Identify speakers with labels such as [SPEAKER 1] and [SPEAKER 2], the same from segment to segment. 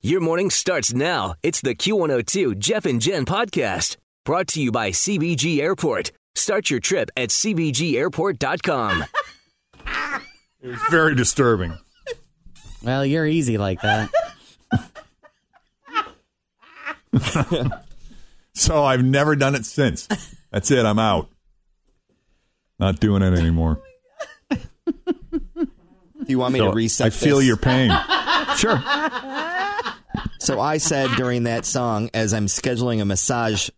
[SPEAKER 1] Your morning starts now. It's the Q102 Jeff and Jen podcast brought to you by CBG Airport. Start your trip at CBGAirport.com.
[SPEAKER 2] It was very disturbing.
[SPEAKER 3] Well, you're easy like that.
[SPEAKER 2] So I've never done it since. That's it. I'm out. Not doing it anymore.
[SPEAKER 4] Do you want me
[SPEAKER 2] So
[SPEAKER 4] to reset?
[SPEAKER 2] I feel
[SPEAKER 4] this?
[SPEAKER 2] your pain. sure.
[SPEAKER 4] So I said during that song, as I'm scheduling a massage,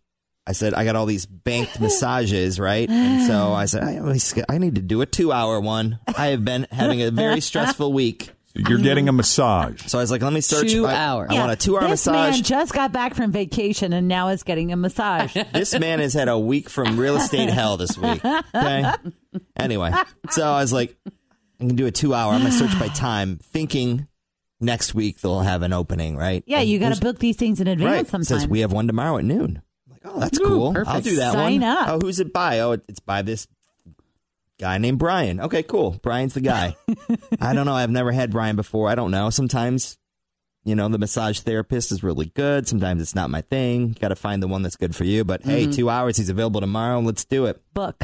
[SPEAKER 4] I said I got all these banked massages, right? And so I said I, always sch- I need to do a two hour one. I have been having a very stressful week,
[SPEAKER 2] You're getting a massage.
[SPEAKER 4] so I was like, let me search.
[SPEAKER 3] Two
[SPEAKER 4] I,
[SPEAKER 3] hour.
[SPEAKER 4] I want a two hour
[SPEAKER 5] this
[SPEAKER 4] massage.
[SPEAKER 5] man just got back from vacation and now is getting a massage.
[SPEAKER 4] this man has had a week from real estate hell this week. Okay. Anyway, so I was like, I'm gonna do a two hour. I'm gonna search by time, thinking next week they'll have an opening, right?
[SPEAKER 5] yeah,
[SPEAKER 4] And
[SPEAKER 5] you got
[SPEAKER 4] there's-
[SPEAKER 5] to book these things in advance
[SPEAKER 4] right. It
[SPEAKER 5] sometimes.
[SPEAKER 4] Says we have one tomorrow at noon. I'm like, oh, that's cool.
[SPEAKER 3] perfect.
[SPEAKER 4] I'll do that
[SPEAKER 5] Sign
[SPEAKER 4] one.
[SPEAKER 5] up.
[SPEAKER 4] Oh, who's it by? Oh, it- it's by this guy named Brian. Okay, cool. Brian's the guy. I don't know. I've never had Brian before. I don't know. Sometimes, you know, the massage therapist is really good. Sometimes it's not my thing. You got to find the one that's good for you. But hey,
[SPEAKER 5] Mm-hmm.
[SPEAKER 4] two hours. He's available tomorrow. Let's do it.
[SPEAKER 5] book.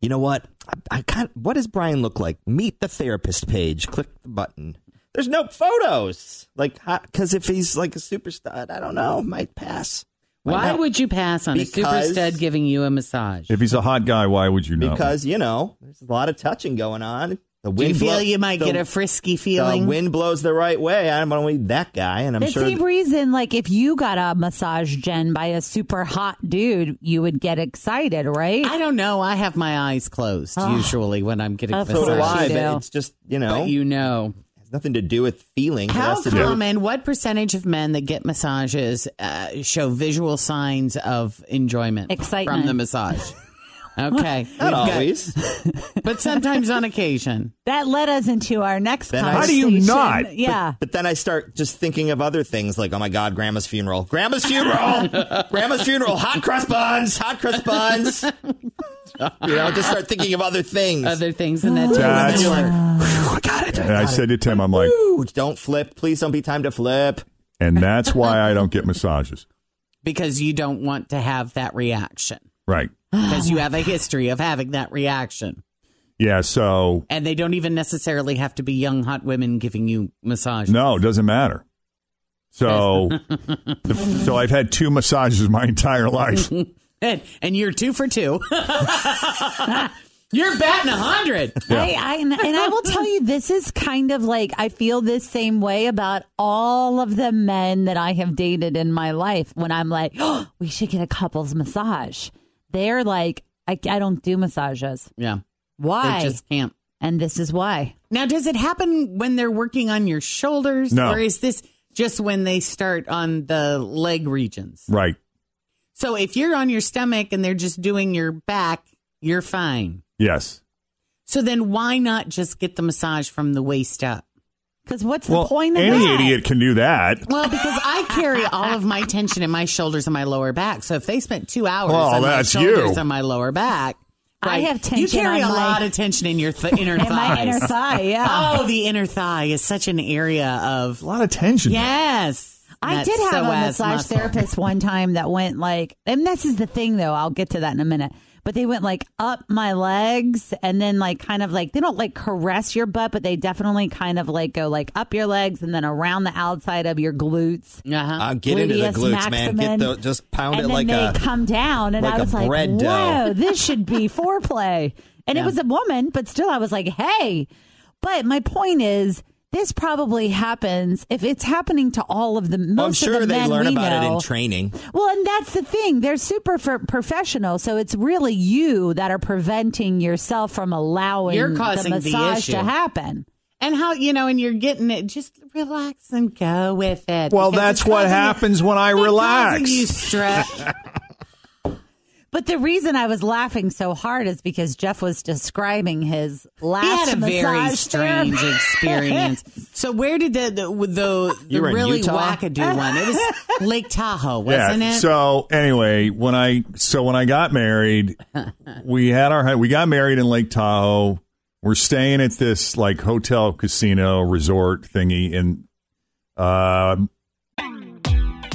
[SPEAKER 4] You know what? I, I kind what does Brian look like? Meet the therapist page. Click the button. There's no photos. Like, because if he's like a superstar, I don't know, might pass. Might
[SPEAKER 3] Why
[SPEAKER 4] not.
[SPEAKER 3] would you pass on
[SPEAKER 4] Because-
[SPEAKER 3] a superstud giving you a massage?
[SPEAKER 2] If he's a hot guy, why would you know?
[SPEAKER 4] Because you know, there's a lot of touching going on. The
[SPEAKER 3] Do
[SPEAKER 4] wind
[SPEAKER 3] you
[SPEAKER 4] blow-
[SPEAKER 3] feel you might
[SPEAKER 4] the-
[SPEAKER 3] get a frisky
[SPEAKER 4] The
[SPEAKER 3] feeling?
[SPEAKER 4] wind blows the right way. I'm only that guy, and I'm
[SPEAKER 5] the
[SPEAKER 4] sure.
[SPEAKER 5] same reason, like if you got a massage, Jen, by a super hot dude, you would get excited, right?
[SPEAKER 3] I don't know. I have my eyes closed usually when I'm getting a
[SPEAKER 5] That's what
[SPEAKER 4] so do
[SPEAKER 3] massage.
[SPEAKER 4] I,
[SPEAKER 5] She do.
[SPEAKER 4] but it's just you know,
[SPEAKER 3] But you know.
[SPEAKER 4] has nothing to do with feeling. It
[SPEAKER 3] How
[SPEAKER 4] has to do with-
[SPEAKER 3] common, what percentage of men that get massages uh, show visual signs of enjoyment
[SPEAKER 5] Excitement.
[SPEAKER 3] from the massage? Okay. We've
[SPEAKER 4] Not
[SPEAKER 3] got-
[SPEAKER 4] always.
[SPEAKER 3] but sometimes on occasion.
[SPEAKER 5] that led us into our next
[SPEAKER 4] Then I-
[SPEAKER 5] conversation.
[SPEAKER 4] How
[SPEAKER 2] do you not? But-
[SPEAKER 5] Yeah.
[SPEAKER 4] But then I start just thinking of other things like, oh my God, grandma's funeral. Grandma's funeral. grandma's funeral. Hot crust buns. Hot crust buns. you know, just start thinking of other things.
[SPEAKER 3] Other things in that
[SPEAKER 2] That's-
[SPEAKER 4] and then you're like, "Whew, I got it.
[SPEAKER 2] And I said to Tim, I'm like,
[SPEAKER 4] Ooh, don't flip. Please don't be time to flip.
[SPEAKER 2] and that's why I don't get massages.
[SPEAKER 3] because you don't want to have that reaction.
[SPEAKER 2] Right.
[SPEAKER 3] Because you have a history of having that reaction.
[SPEAKER 2] Yeah. So
[SPEAKER 3] And they don't even necessarily have to be young, hot women giving you massage.
[SPEAKER 2] no, it doesn't matter. So, the, so I've had two massages my entire life.
[SPEAKER 3] And, and you're two for two. you're batting a 100.
[SPEAKER 5] I, I, and and I will tell you, this is kind of like I feel this same way about all of the men that I have dated in my life. When I'm like, oh, we should get a couples massage, they're like, I, I don't do massages.
[SPEAKER 3] Yeah.
[SPEAKER 5] Why?
[SPEAKER 3] They just can't.
[SPEAKER 5] and this is why.
[SPEAKER 3] Now, does it happen when they're working on your shoulders?
[SPEAKER 2] No.
[SPEAKER 3] Or is this just when they start on the leg regions?
[SPEAKER 2] Right.
[SPEAKER 3] So if you're on your stomach and they're just doing your back, you're fine.
[SPEAKER 2] Yes.
[SPEAKER 3] So then why not just get the massage from the waist up?
[SPEAKER 5] Because what's
[SPEAKER 2] well,
[SPEAKER 5] the point of
[SPEAKER 2] any
[SPEAKER 5] that?
[SPEAKER 2] idiot can do that.
[SPEAKER 3] Well, because I carry all of my tension in my shoulders and my lower back. So if they spent two hours
[SPEAKER 2] Oh,
[SPEAKER 3] on my
[SPEAKER 2] that's you.
[SPEAKER 3] shoulders and my lower back,
[SPEAKER 5] I have
[SPEAKER 3] You
[SPEAKER 5] tension
[SPEAKER 3] carry
[SPEAKER 5] on
[SPEAKER 3] a
[SPEAKER 5] my-
[SPEAKER 3] lot of tension in your th- inner
[SPEAKER 5] In
[SPEAKER 3] thighs.
[SPEAKER 5] my inner thigh, yeah.
[SPEAKER 3] Oh, the inner thigh is such an area of
[SPEAKER 2] A lot of tension.
[SPEAKER 3] yes.
[SPEAKER 5] I
[SPEAKER 3] That
[SPEAKER 5] did have a
[SPEAKER 3] psoas
[SPEAKER 5] massage
[SPEAKER 3] muscle.
[SPEAKER 5] therapist one time that went like, and this is the thing though, I'll get to that in a minute. But they went like up my legs and then like kind of like, they don't like caress your butt, but they definitely kind of like go like up your legs and then around the outside of your glutes.
[SPEAKER 3] Uh-huh.
[SPEAKER 4] Uh, get into the
[SPEAKER 5] Gluteus
[SPEAKER 4] glutes, man. Get
[SPEAKER 5] maximin.
[SPEAKER 4] the, just pound
[SPEAKER 5] and
[SPEAKER 4] it
[SPEAKER 5] then
[SPEAKER 4] like
[SPEAKER 5] they
[SPEAKER 4] a.
[SPEAKER 5] come down and
[SPEAKER 4] like
[SPEAKER 5] I
[SPEAKER 4] a
[SPEAKER 5] was like,
[SPEAKER 4] bread dough.
[SPEAKER 5] whoa, this should be foreplay. And it was a woman, but still I was like, hey. But my point is this probably happens if it's happening to all of the most
[SPEAKER 4] Oh, I'm
[SPEAKER 5] of
[SPEAKER 4] sure
[SPEAKER 5] the
[SPEAKER 4] they
[SPEAKER 5] men
[SPEAKER 4] learn
[SPEAKER 5] we
[SPEAKER 4] about it
[SPEAKER 5] know.
[SPEAKER 4] in training.
[SPEAKER 5] well, and that's the thing. They're super for professional, so it's really you that are preventing yourself from allowing
[SPEAKER 3] You're causing
[SPEAKER 5] the
[SPEAKER 3] the
[SPEAKER 5] massage
[SPEAKER 3] issue.
[SPEAKER 5] to happen.
[SPEAKER 3] and how you know, and you're getting it. Just relax and go with it.
[SPEAKER 2] Well,
[SPEAKER 3] Because
[SPEAKER 2] that's
[SPEAKER 3] it's
[SPEAKER 2] what
[SPEAKER 3] causing you-
[SPEAKER 2] happens when I
[SPEAKER 3] it's causing
[SPEAKER 2] relax.
[SPEAKER 3] You stress.
[SPEAKER 5] But the reason I was laughing so hard is because Jeff was describing his
[SPEAKER 3] He
[SPEAKER 5] last
[SPEAKER 3] had a very
[SPEAKER 5] massage therapy.
[SPEAKER 3] strange experience. So where did the the, with the, the
[SPEAKER 4] You were in
[SPEAKER 3] really
[SPEAKER 4] Utah?
[SPEAKER 3] wackadoo one? It was Lake Tahoe, wasn't
[SPEAKER 2] yeah.
[SPEAKER 3] it?
[SPEAKER 2] So anyway, when I so when I got married, we had our hon- we got married in Lake Tahoe. We're staying at this like hotel casino resort thingy, and um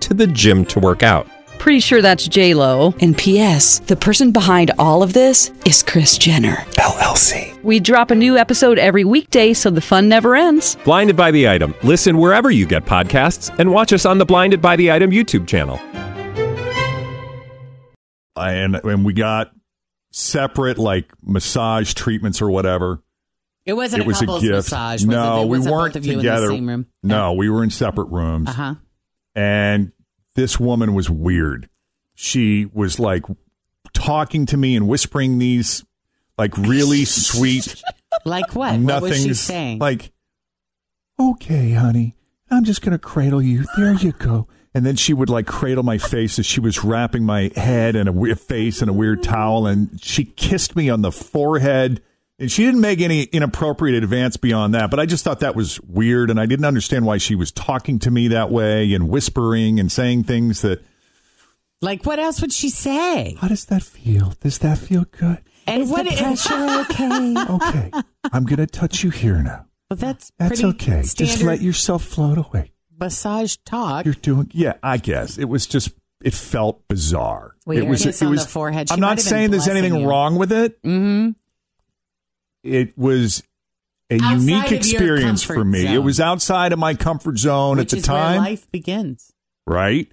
[SPEAKER 6] to the gym to work out.
[SPEAKER 7] Pretty sure that's J Lo.
[SPEAKER 8] And P.S. The person behind all of this is Chris Jenner
[SPEAKER 6] LLC.
[SPEAKER 7] We drop a new episode every weekday, so the fun never ends.
[SPEAKER 6] Blinded by the item. Listen wherever you get podcasts, and watch us on the Blinded by the Item YouTube channel.
[SPEAKER 2] and and we got separate like massage treatments or whatever.
[SPEAKER 3] It wasn't
[SPEAKER 2] it was
[SPEAKER 3] a couple's
[SPEAKER 2] a gift.
[SPEAKER 3] massage. Was
[SPEAKER 2] no,
[SPEAKER 3] it? It
[SPEAKER 2] we
[SPEAKER 3] wasn't
[SPEAKER 2] weren't
[SPEAKER 3] both of you
[SPEAKER 2] together.
[SPEAKER 3] in the same room. Oh.
[SPEAKER 2] No, we were in separate rooms.
[SPEAKER 3] Uh huh.
[SPEAKER 2] And this woman was weird. She was like talking to me and whispering these like really sweet
[SPEAKER 3] Like what? What was
[SPEAKER 2] nothings.
[SPEAKER 3] she saying?
[SPEAKER 2] Like, okay, honey, I'm just gonna cradle you. There you go. And then she would like cradle my face as she was wrapping my head and a weird face in a weird towel, and she kissed me on the forehead. And she didn't make any inappropriate advance beyond that, but I just thought that was weird, and I didn't understand why she was talking to me that way and whispering and saying things that.
[SPEAKER 3] like what else would she say?
[SPEAKER 2] How does that feel? Does that feel good?
[SPEAKER 3] And what?
[SPEAKER 5] the
[SPEAKER 3] it-
[SPEAKER 5] pressure okay?
[SPEAKER 2] Okay, I'm gonna touch you here now.
[SPEAKER 3] Well, that's
[SPEAKER 2] That's
[SPEAKER 3] pretty
[SPEAKER 2] okay.
[SPEAKER 3] Standard
[SPEAKER 2] Just let yourself float away.
[SPEAKER 3] massage talk.
[SPEAKER 2] You're doing, yeah. I guess it was just. It felt bizarre.
[SPEAKER 5] Weird.
[SPEAKER 2] It was.
[SPEAKER 3] Kiss
[SPEAKER 2] it
[SPEAKER 3] on
[SPEAKER 2] was.
[SPEAKER 3] the forehead. She
[SPEAKER 2] I'm
[SPEAKER 3] might
[SPEAKER 2] not
[SPEAKER 3] have been
[SPEAKER 2] saying there's
[SPEAKER 3] blessing
[SPEAKER 2] anything
[SPEAKER 3] you.
[SPEAKER 2] wrong with it.
[SPEAKER 3] Mm-hmm.
[SPEAKER 2] It was a
[SPEAKER 3] Outside of
[SPEAKER 2] unique
[SPEAKER 3] your
[SPEAKER 2] experience
[SPEAKER 3] comfort
[SPEAKER 2] for me.
[SPEAKER 3] zone.
[SPEAKER 2] It was outside of my comfort zone
[SPEAKER 3] Which
[SPEAKER 2] at the
[SPEAKER 3] is
[SPEAKER 2] time,
[SPEAKER 3] where life begins.
[SPEAKER 2] right?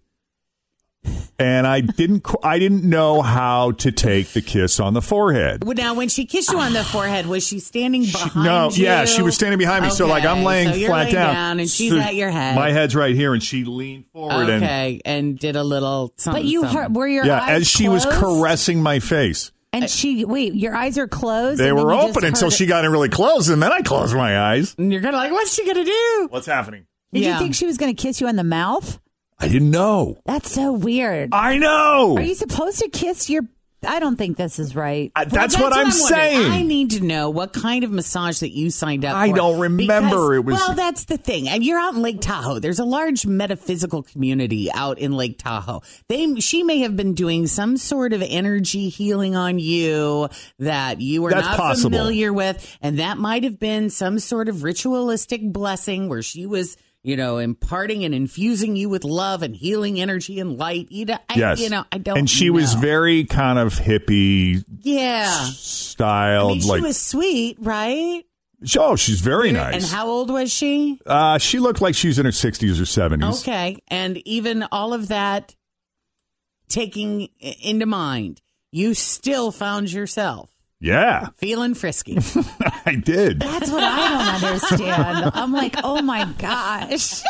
[SPEAKER 2] And I didn't. qu- I didn't know how to take the kiss on the forehead.
[SPEAKER 3] Well, Now, when she kissed you on the forehead, was she standing behind
[SPEAKER 2] no,
[SPEAKER 3] you?
[SPEAKER 2] yeah, she was standing behind me. So like I'm
[SPEAKER 3] Okay,
[SPEAKER 2] laying
[SPEAKER 3] so you're
[SPEAKER 2] flat
[SPEAKER 3] laying down, and she's
[SPEAKER 2] So
[SPEAKER 3] at your head.
[SPEAKER 2] My head's right here, and she leaned forward and
[SPEAKER 3] Okay, and did a little. Something,
[SPEAKER 5] But you
[SPEAKER 3] something.
[SPEAKER 5] heard, were your
[SPEAKER 2] yeah,
[SPEAKER 5] eyes
[SPEAKER 2] as she was
[SPEAKER 5] closed?
[SPEAKER 2] caressing my face.
[SPEAKER 5] And she, wait, your eyes are closed.
[SPEAKER 2] They
[SPEAKER 5] and then
[SPEAKER 2] were
[SPEAKER 5] you just
[SPEAKER 2] open
[SPEAKER 5] heard
[SPEAKER 2] until
[SPEAKER 5] it.
[SPEAKER 2] she got in really close, and then I closed my eyes.
[SPEAKER 3] And you're kind of like, what's she gonna do?
[SPEAKER 2] What's happening?
[SPEAKER 5] Did
[SPEAKER 3] yeah.
[SPEAKER 5] you think she was going to kiss you on the mouth?
[SPEAKER 2] I didn't know.
[SPEAKER 5] That's so weird.
[SPEAKER 2] I know.
[SPEAKER 5] Are you supposed to kiss your? I don't think this is right.
[SPEAKER 2] I-
[SPEAKER 3] Well,
[SPEAKER 2] that's, what, I'm,
[SPEAKER 3] wondering.
[SPEAKER 2] saying.
[SPEAKER 3] I need to know what kind of massage that you signed up
[SPEAKER 2] I
[SPEAKER 3] for.
[SPEAKER 2] don't remember. It was-
[SPEAKER 3] Well, that's the thing. And you're out in Lake Tahoe. There's a large metaphysical community out in Lake Tahoe. They she may have been doing some sort of energy healing on you that you were
[SPEAKER 2] That's
[SPEAKER 3] not
[SPEAKER 2] possible.
[SPEAKER 3] familiar with and that might have been some sort of ritualistic blessing where she was you know, imparting and infusing you with love and healing energy and light. You know, I,
[SPEAKER 2] yes.
[SPEAKER 3] you know, I don't.
[SPEAKER 2] And she was
[SPEAKER 3] know.
[SPEAKER 2] very kind of hippie
[SPEAKER 3] yeah.
[SPEAKER 2] styled.
[SPEAKER 3] I mean,
[SPEAKER 2] like,
[SPEAKER 3] she was sweet, right?
[SPEAKER 2] oh, she's very nice.
[SPEAKER 3] And how old was she?
[SPEAKER 2] uh, she looked like she was in her 60s or 70s.
[SPEAKER 3] Okay, and even all of that taking i- into mind, you still found yourself
[SPEAKER 2] Yeah,
[SPEAKER 3] feeling frisky.
[SPEAKER 2] I did.
[SPEAKER 5] That's what I don't understand. I'm like, oh my gosh.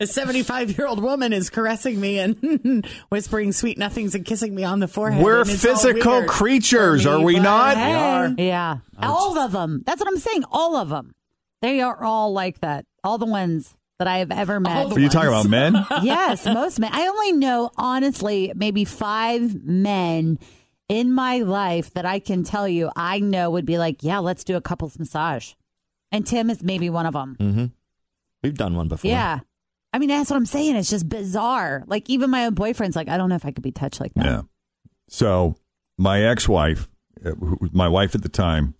[SPEAKER 3] A seventy-five-year-old woman is caressing me and whispering sweet nothings and kissing me on the forehead.
[SPEAKER 2] We're
[SPEAKER 3] and it's all
[SPEAKER 2] physical
[SPEAKER 3] weird for
[SPEAKER 2] creatures,
[SPEAKER 3] me,
[SPEAKER 2] are we
[SPEAKER 3] but
[SPEAKER 2] not? We
[SPEAKER 3] hey.
[SPEAKER 2] are.
[SPEAKER 5] Yeah, all of them. That's what I'm saying. All of them. They are all like that. All the ones that I have ever met.
[SPEAKER 3] All
[SPEAKER 2] Are you talking about men?
[SPEAKER 5] yes, most men. I only know, honestly, maybe five men in my life that I can tell you I know would be like, yeah, let's do a couples massage. And Tim is maybe one of them.
[SPEAKER 4] Mm-hmm. We've done one before.
[SPEAKER 5] Yeah. I mean, that's what I'm saying. It's just bizarre. Like, even my own boyfriend's like, I don't know if I could be touched like that.
[SPEAKER 2] Yeah. So my ex-wife, uh, who was my wife at the time,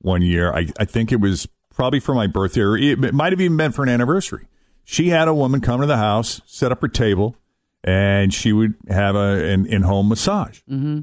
[SPEAKER 2] one year, I, I think it was probably for my birthday, or it, it might have even been for an anniversary. She had a woman come to the house, set up her table, and she would have a an in-home massage. Mm-hmm.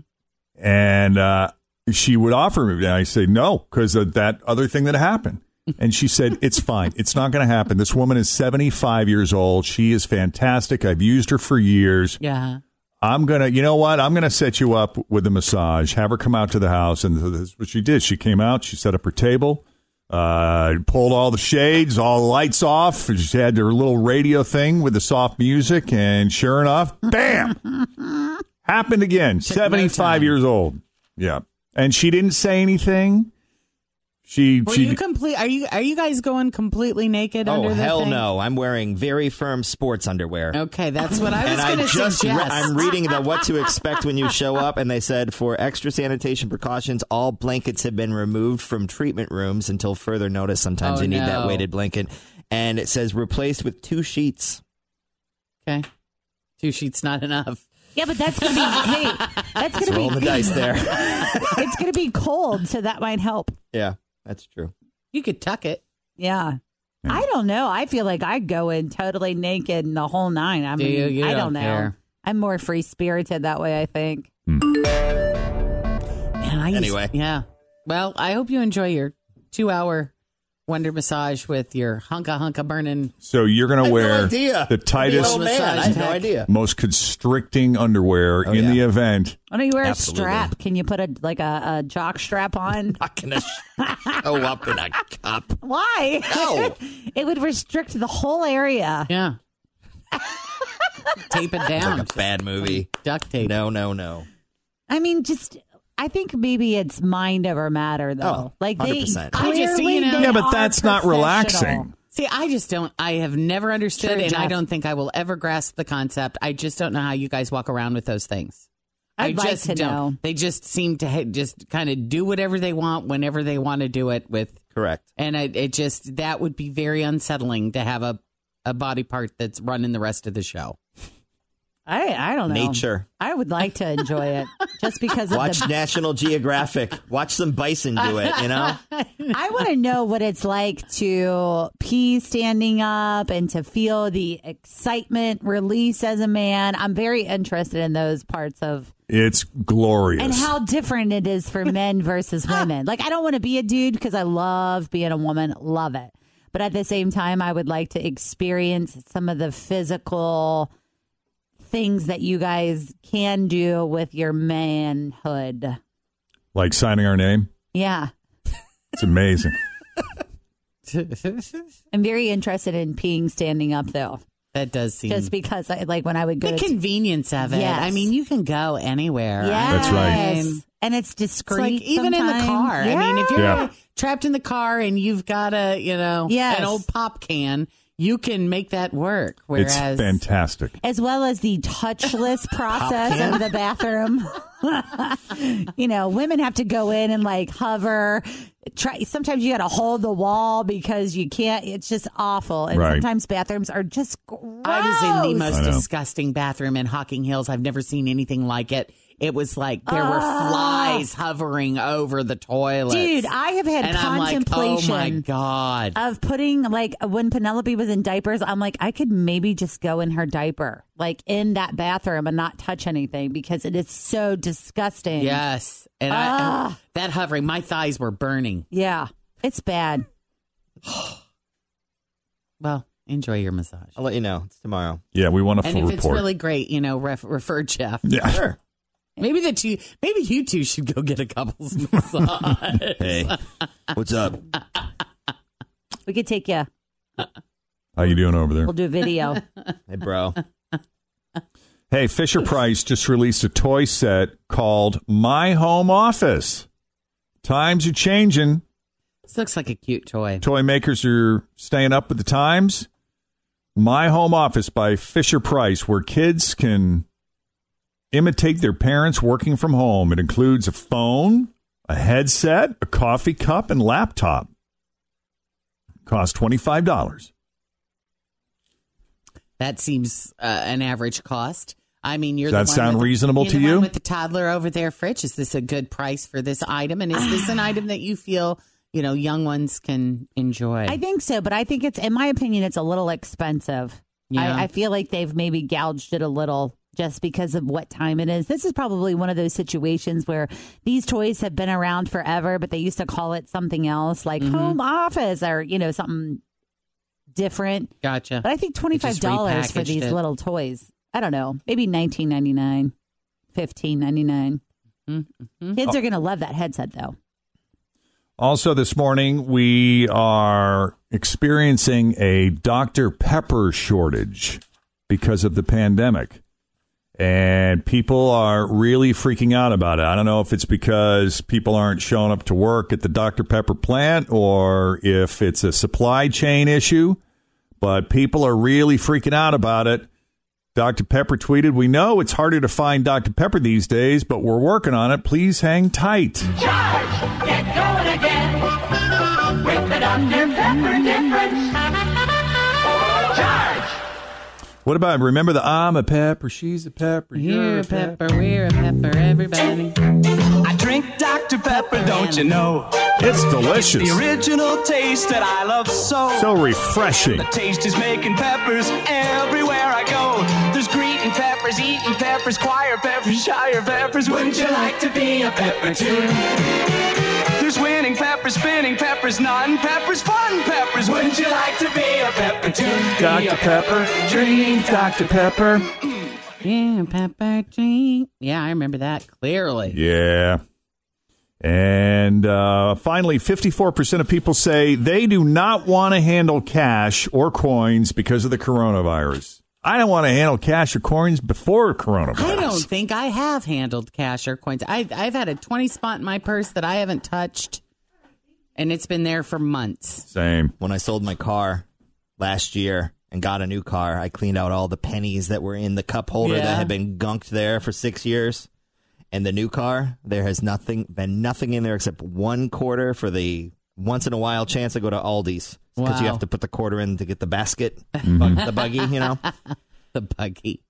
[SPEAKER 2] And uh, she would offer me, and I say no because of that other thing that happened. And she said, "It's fine. It's not going to happen. This woman is 75 years old. She is fantastic. I've used her for years.
[SPEAKER 3] Yeah.
[SPEAKER 2] I'm gonna, you know what? I'm gonna set you up with a massage. Have her come out to the house, and th- that's what she did. She came out, she set up her table, uh, pulled all the shades, all the lights off. She had her little radio thing with the soft music, and sure enough, bam, happened again.
[SPEAKER 3] no
[SPEAKER 2] Seventy-five
[SPEAKER 3] time.
[SPEAKER 2] years old. Yeah, and she didn't say anything. She
[SPEAKER 3] Were
[SPEAKER 2] she
[SPEAKER 3] you complete? Are you are you guys going completely naked
[SPEAKER 4] Oh
[SPEAKER 3] under the
[SPEAKER 4] hell
[SPEAKER 3] thing?
[SPEAKER 4] no! I'm wearing very firm sports underwear.
[SPEAKER 3] Okay, that's what I was
[SPEAKER 4] and
[SPEAKER 3] going
[SPEAKER 4] I
[SPEAKER 3] to
[SPEAKER 4] just
[SPEAKER 3] suggest.
[SPEAKER 4] re- I'm reading about what to expect when you show up, and they said for extra sanitation precautions, all blankets have been removed from treatment rooms until further notice. Sometimes
[SPEAKER 3] Oh,
[SPEAKER 4] you need that
[SPEAKER 3] no.
[SPEAKER 4] weighted blanket, and it says replaced with two sheets.
[SPEAKER 3] okay, two sheets not enough.
[SPEAKER 5] Yeah, but that's gonna be hey, that's
[SPEAKER 4] Just
[SPEAKER 5] gonna
[SPEAKER 4] roll
[SPEAKER 5] be
[SPEAKER 4] the dice there.
[SPEAKER 5] It's gonna be cold, so that might help.
[SPEAKER 4] yeah, that's true.
[SPEAKER 3] You could tuck it.
[SPEAKER 5] Yeah.
[SPEAKER 2] Yeah.
[SPEAKER 5] I don't know. I feel like I go in totally naked and the whole nine. I
[SPEAKER 3] Do
[SPEAKER 5] mean,
[SPEAKER 3] you? You
[SPEAKER 5] I
[SPEAKER 3] don't
[SPEAKER 5] know.
[SPEAKER 3] care.
[SPEAKER 5] I'm more free spirited that way. I think.
[SPEAKER 3] Man, I used-
[SPEAKER 4] Anyway.
[SPEAKER 3] yeah. Well, I hope you enjoy your two hour wonder massage with your hunka hunka burning.
[SPEAKER 2] so you're
[SPEAKER 4] I
[SPEAKER 2] gonna
[SPEAKER 4] had no
[SPEAKER 2] wear
[SPEAKER 4] idea.
[SPEAKER 2] the tightest,
[SPEAKER 4] Oh man, I had no
[SPEAKER 3] Massage
[SPEAKER 4] idea.
[SPEAKER 2] most constricting underwear
[SPEAKER 4] Oh,
[SPEAKER 2] in
[SPEAKER 4] yeah.
[SPEAKER 2] the event.
[SPEAKER 5] Why don't you wear
[SPEAKER 4] Absolutely.
[SPEAKER 5] a strap? Can you put a like a, a jock strap on?
[SPEAKER 4] Not gonna show up in a cup. Oh,
[SPEAKER 5] Why?
[SPEAKER 4] No.
[SPEAKER 5] it would restrict the whole area.
[SPEAKER 3] Yeah. Tape it down.
[SPEAKER 4] Like a bad movie.
[SPEAKER 3] Duct tape.
[SPEAKER 4] No, no, no.
[SPEAKER 5] I mean, just I think maybe it's mind over matter though.
[SPEAKER 4] Oh,
[SPEAKER 5] like they
[SPEAKER 4] 100%.
[SPEAKER 3] I
[SPEAKER 5] clearly
[SPEAKER 3] just- you know-
[SPEAKER 5] they
[SPEAKER 2] Yeah, but
[SPEAKER 5] are
[SPEAKER 2] that's not relaxing.
[SPEAKER 5] professional.
[SPEAKER 3] See, I just don't. I have never understood,
[SPEAKER 5] True,
[SPEAKER 3] and I
[SPEAKER 5] Jeff.
[SPEAKER 3] don't think I will ever grasp the concept. I just don't know how you guys walk around with those things. I
[SPEAKER 5] I'd like
[SPEAKER 3] just
[SPEAKER 5] to
[SPEAKER 3] don't.
[SPEAKER 5] know.
[SPEAKER 3] They just seem to ha- just kind of do whatever they want whenever they want to do it with,
[SPEAKER 4] Correct.
[SPEAKER 3] and I, it just that would be very unsettling to have a a body part that's running the rest of the show.
[SPEAKER 5] I I don't know.
[SPEAKER 4] Nature.
[SPEAKER 5] I would like to enjoy it just because of
[SPEAKER 4] Watch
[SPEAKER 5] the
[SPEAKER 4] National Geographic. Watch some bison do it. You know.
[SPEAKER 5] I want to know what it's like to pee standing up and to feel the excitement release as a man. I'm very interested in those parts of
[SPEAKER 2] It's glorious.
[SPEAKER 5] and how different it is for men versus women. Like I don't want to be a dude because I love being a woman, love it. But at the same time, I would like to experience some of the physical things that you guys can do with your manhood.
[SPEAKER 2] like signing our name.
[SPEAKER 5] Yeah.
[SPEAKER 2] It's amazing.
[SPEAKER 5] I'm very interested in peeing standing up though.
[SPEAKER 3] that does seem
[SPEAKER 5] just because I like when I would go.
[SPEAKER 3] the
[SPEAKER 5] to-
[SPEAKER 3] convenience of it.
[SPEAKER 5] Yes.
[SPEAKER 3] I mean, you can go anywhere.
[SPEAKER 2] That's right.
[SPEAKER 5] Yes. And it's
[SPEAKER 3] It's
[SPEAKER 5] discreet.
[SPEAKER 3] like even in the
[SPEAKER 5] sometimes.
[SPEAKER 3] car. I mean, if you're
[SPEAKER 2] Yeah.
[SPEAKER 3] trapped in the car and you've got a you know
[SPEAKER 5] Yes.
[SPEAKER 3] an old pop can, you can make that work.
[SPEAKER 2] it's
[SPEAKER 3] Whereas
[SPEAKER 2] fantastic.
[SPEAKER 5] as well as the touchless process of the bathroom. you know, women have to go in and like hover. Try sometimes you got to hold the wall because you can't. It's just awful. And
[SPEAKER 2] Right.
[SPEAKER 5] sometimes bathrooms are just gross.
[SPEAKER 3] I was in the
[SPEAKER 2] I
[SPEAKER 3] most
[SPEAKER 2] know.
[SPEAKER 3] disgusting bathroom in Hocking Hills. I've never seen anything like it. It was like there were flies hovering over the toilet.
[SPEAKER 5] Ah. Dude, I have had
[SPEAKER 3] and I'm like, oh
[SPEAKER 5] contemplation.
[SPEAKER 3] my god.
[SPEAKER 5] of putting like when Penelope was in diapers, I'm like, I could maybe just go in her diaper, like in that bathroom and not touch anything because it is so disgusting.
[SPEAKER 3] Yes, and I,
[SPEAKER 5] Ah.
[SPEAKER 3] that hovering, my thighs were burning.
[SPEAKER 5] Yeah. It's bad.
[SPEAKER 3] Well, enjoy your massage.
[SPEAKER 4] I'll let you know. It's tomorrow.
[SPEAKER 2] Yeah, we want a
[SPEAKER 3] And
[SPEAKER 2] full
[SPEAKER 3] if it's
[SPEAKER 2] report.
[SPEAKER 3] really great, you know, ref- refer Jeff.
[SPEAKER 2] yeah.
[SPEAKER 4] Sure.
[SPEAKER 3] Maybe the two, maybe you two should go get a couple's massage.
[SPEAKER 4] Hey, what's up?
[SPEAKER 5] We could take you.
[SPEAKER 2] How you doing over there?
[SPEAKER 5] We'll do a video.
[SPEAKER 4] Hey, bro.
[SPEAKER 2] Hey, Fisher Price just released a toy set called My Home Office. Times are changing.
[SPEAKER 3] this looks like a cute toy.
[SPEAKER 2] Toy makers are staying up with the times. My Home Office by Fisher Price, where kids can imitate their parents working from home. It includes a phone, a headset, a coffee cup, and laptop. Cost twenty five dollars.
[SPEAKER 3] That seems uh, an average cost. I mean, you're
[SPEAKER 2] Does
[SPEAKER 3] the
[SPEAKER 2] that
[SPEAKER 3] one
[SPEAKER 2] sound
[SPEAKER 3] with-
[SPEAKER 2] reasonable
[SPEAKER 3] you're
[SPEAKER 2] to
[SPEAKER 3] the
[SPEAKER 2] you?
[SPEAKER 3] One with the toddler over there, Fritch, is this a good price for this item? And is
[SPEAKER 5] Ah.
[SPEAKER 3] this an item that you feel you know young ones can enjoy?
[SPEAKER 5] I think so, but I think it's, in my opinion, it's a little expensive.
[SPEAKER 3] Yeah.
[SPEAKER 5] I, I feel like they've maybe gouged it a little just because of what time it is. This is probably one of those situations where these toys have been around forever, but they used to call it something else like
[SPEAKER 3] Mm-hmm.
[SPEAKER 5] home office or, you know, something different.
[SPEAKER 3] gotcha.
[SPEAKER 5] But I think
[SPEAKER 3] They just
[SPEAKER 5] $25 for
[SPEAKER 3] repackaged
[SPEAKER 5] these
[SPEAKER 3] it.
[SPEAKER 5] little toys. I don't know. Maybe nineteen ninety nine, fifteen ninety nine.
[SPEAKER 3] Mm-hmm.
[SPEAKER 5] Kids are going to love that headset though.
[SPEAKER 2] Also, this morning, we are experiencing a Dr. Pepper shortage because of the pandemic. and people are really freaking out about it. I don't know if it's because people aren't showing up to work at the Dr. Pepper plant or if it's a supply chain issue, but people are really freaking out about it. Dr. Pepper tweeted, We know it's harder to find Dr. Pepper these days, but we're working on it. Please hang tight.
[SPEAKER 9] Charge! Get going again! With the Dr. Pepper difference! Charge!
[SPEAKER 2] What about remember the I'm a pepper, she's a pepper, you're a pepper.
[SPEAKER 3] we're a pepper, everybody.
[SPEAKER 10] I drink Dr. Pepper, don't you know?
[SPEAKER 2] It's delicious.
[SPEAKER 10] The original taste that I love so.
[SPEAKER 2] So refreshing.
[SPEAKER 10] The taste is making peppers everywhere I go. There's greeting peppers, eating peppers, choir peppers, shire peppers. Wouldn't you like to be a pepper too? There's winning peppers, spinning peppers, non peppers, fun peppers. Wouldn't you like to be a pepper too? Be a
[SPEAKER 2] drink Dr. Pepper.
[SPEAKER 3] Yeah, pepper drink. Yeah, I remember that clearly.
[SPEAKER 2] Yeah. And uh, finally, 54% of people say they do not want to handle cash or coins because of the coronavirus. I don't want to handle cash or coins before coronavirus.
[SPEAKER 3] I don't think I have handled cash or coins. I, I've had a 20 spot in my purse that I haven't touched, and it's been there for months.
[SPEAKER 2] Same.
[SPEAKER 4] When I sold my car last year and got a new car, I cleaned out all the pennies that were in the cup holder
[SPEAKER 3] Yeah.
[SPEAKER 4] that had been gunked there for six years. And the new car, there has nothing been nothing in there except one quarter for the once in a while chance I go to Aldi's because you
[SPEAKER 3] Wow.
[SPEAKER 4] have to put the quarter in to get the basket, bug- the buggy, you know.
[SPEAKER 3] The buggy.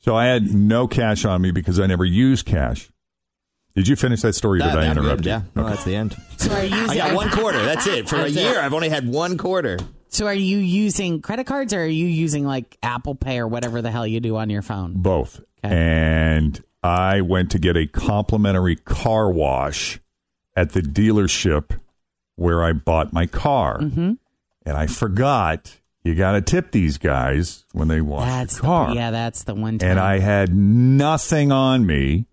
[SPEAKER 2] So I had no cash on me because I never use cash. Did you finish that story? Or did
[SPEAKER 4] That-
[SPEAKER 2] I
[SPEAKER 4] that-
[SPEAKER 2] interrupt you?
[SPEAKER 4] Yeah, no, that's the end.
[SPEAKER 3] So are you?
[SPEAKER 4] I got one quarter. That's it for a
[SPEAKER 3] That's it.
[SPEAKER 4] year. I've only had one quarter.
[SPEAKER 3] So are you using credit cards or are you using like Apple Pay or whatever the hell you do on your phone?
[SPEAKER 2] Both.
[SPEAKER 3] Okay.
[SPEAKER 2] And I went to get a complimentary car wash at the dealership where I bought my car.
[SPEAKER 3] Mm-hmm.
[SPEAKER 2] And I forgot you got to tip these guys when they wash
[SPEAKER 3] That's
[SPEAKER 2] your car.
[SPEAKER 3] The, yeah, that's the one time.
[SPEAKER 2] and I had nothing on me.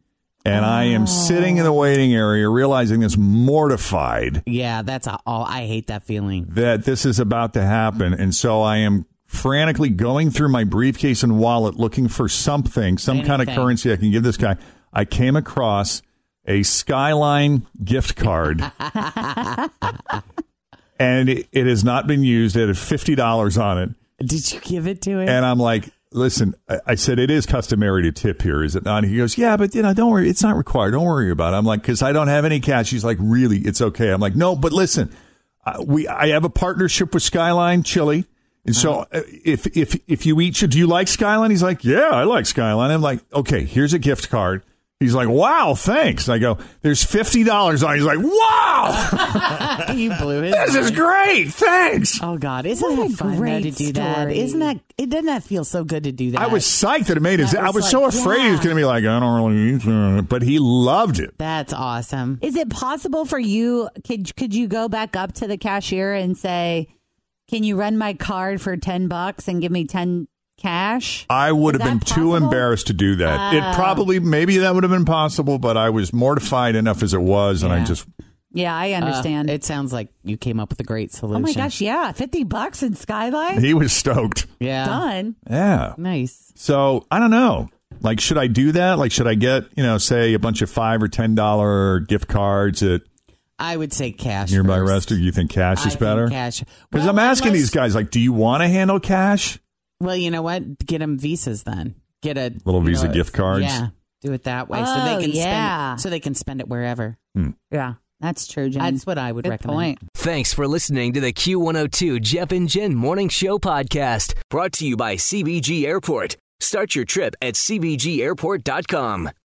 [SPEAKER 2] And I am sitting in the waiting area realizing this mortified
[SPEAKER 3] yeah, that's a, oh, I hate that feeling.
[SPEAKER 2] that this is about to happen. And so I am frantically going through my briefcase and wallet looking for something, some kind of
[SPEAKER 3] Anything.
[SPEAKER 2] currency I can give this guy. I came across a Skyline gift card. and it, it has not been used. It had $50 on it.
[SPEAKER 3] Did you give it to him?
[SPEAKER 2] And I'm like, listen, I, I said, it is customary to tip here, is it not? And he goes, yeah, but you know, don't worry. It's not required. Don't worry about it. I'm like, because I don't have any cash. He's like, really? It's okay. I'm like, no, but listen, I, we, I have a partnership with Skyline Chili. And so uh, if, if, if you eat, do you like Skyline? He's like, yeah, I like Skyline. I'm like, okay, here's a gift card. He's like, wow, thanks. I go, there's $50 on it. He's like, wow,
[SPEAKER 3] you blew his.
[SPEAKER 2] this is great. Thanks.
[SPEAKER 3] Oh God, isn't
[SPEAKER 5] What
[SPEAKER 3] that
[SPEAKER 5] a
[SPEAKER 3] fun though,
[SPEAKER 5] great
[SPEAKER 3] to do that?
[SPEAKER 5] story.
[SPEAKER 3] Isn't that it? Doesn't that feel so good to do that?
[SPEAKER 2] I was psyched that it made his.
[SPEAKER 3] That
[SPEAKER 2] I was
[SPEAKER 3] was
[SPEAKER 2] so
[SPEAKER 3] like,
[SPEAKER 2] afraid he was
[SPEAKER 3] yeah.
[SPEAKER 2] going to be like, I don't really eat, uh," but he loved it.
[SPEAKER 3] That's awesome.
[SPEAKER 5] Is it possible for you? Could could you go back up to the cashier and say, "Can you run my card for ten bucks and give me ten cash?"
[SPEAKER 2] I would
[SPEAKER 5] Is
[SPEAKER 2] have been
[SPEAKER 5] that
[SPEAKER 2] too
[SPEAKER 5] possible?
[SPEAKER 2] embarrassed to do that.
[SPEAKER 3] Oh.
[SPEAKER 2] it probably, maybe that would have been possible, but I was mortified enough as it was, and I
[SPEAKER 3] Yeah.
[SPEAKER 2] just
[SPEAKER 5] Yeah, I understand.
[SPEAKER 3] Uh, it sounds like you came up with a great
[SPEAKER 5] oh
[SPEAKER 3] solution.
[SPEAKER 5] my gosh, yeah, fifty bucks in skyline.
[SPEAKER 2] he was stoked.
[SPEAKER 3] Yeah.
[SPEAKER 5] Done.
[SPEAKER 2] Yeah.
[SPEAKER 3] Nice.
[SPEAKER 2] So I don't know. Like, should I do that? Like, should I get you know, say a bunch of five or ten dollar gift cards at
[SPEAKER 3] I would say cash.
[SPEAKER 2] nearby
[SPEAKER 3] first.
[SPEAKER 2] restaurant? You think cash
[SPEAKER 3] I
[SPEAKER 2] is
[SPEAKER 3] think
[SPEAKER 2] better?
[SPEAKER 3] Cash.
[SPEAKER 2] Because
[SPEAKER 3] Well,
[SPEAKER 2] I'm asking
[SPEAKER 3] unless-
[SPEAKER 2] these guys, like, do you want to handle cash?
[SPEAKER 3] Well, you know what? Get them visas then. Get a
[SPEAKER 2] Little
[SPEAKER 3] you
[SPEAKER 2] Visa
[SPEAKER 3] know,
[SPEAKER 2] gift cards?
[SPEAKER 3] Yeah. Do it that way so
[SPEAKER 5] Oh,
[SPEAKER 3] they can
[SPEAKER 5] yeah.
[SPEAKER 3] spend. So they can spend it wherever.
[SPEAKER 5] Yeah, that's true, Jen.
[SPEAKER 3] That's what I would
[SPEAKER 5] Good
[SPEAKER 3] recommend.
[SPEAKER 5] point.
[SPEAKER 1] Thanks for listening to the Q102 Jeff and Jen Morning Show podcast, brought to you by CBG Airport. Start your trip at CBGAirport.com.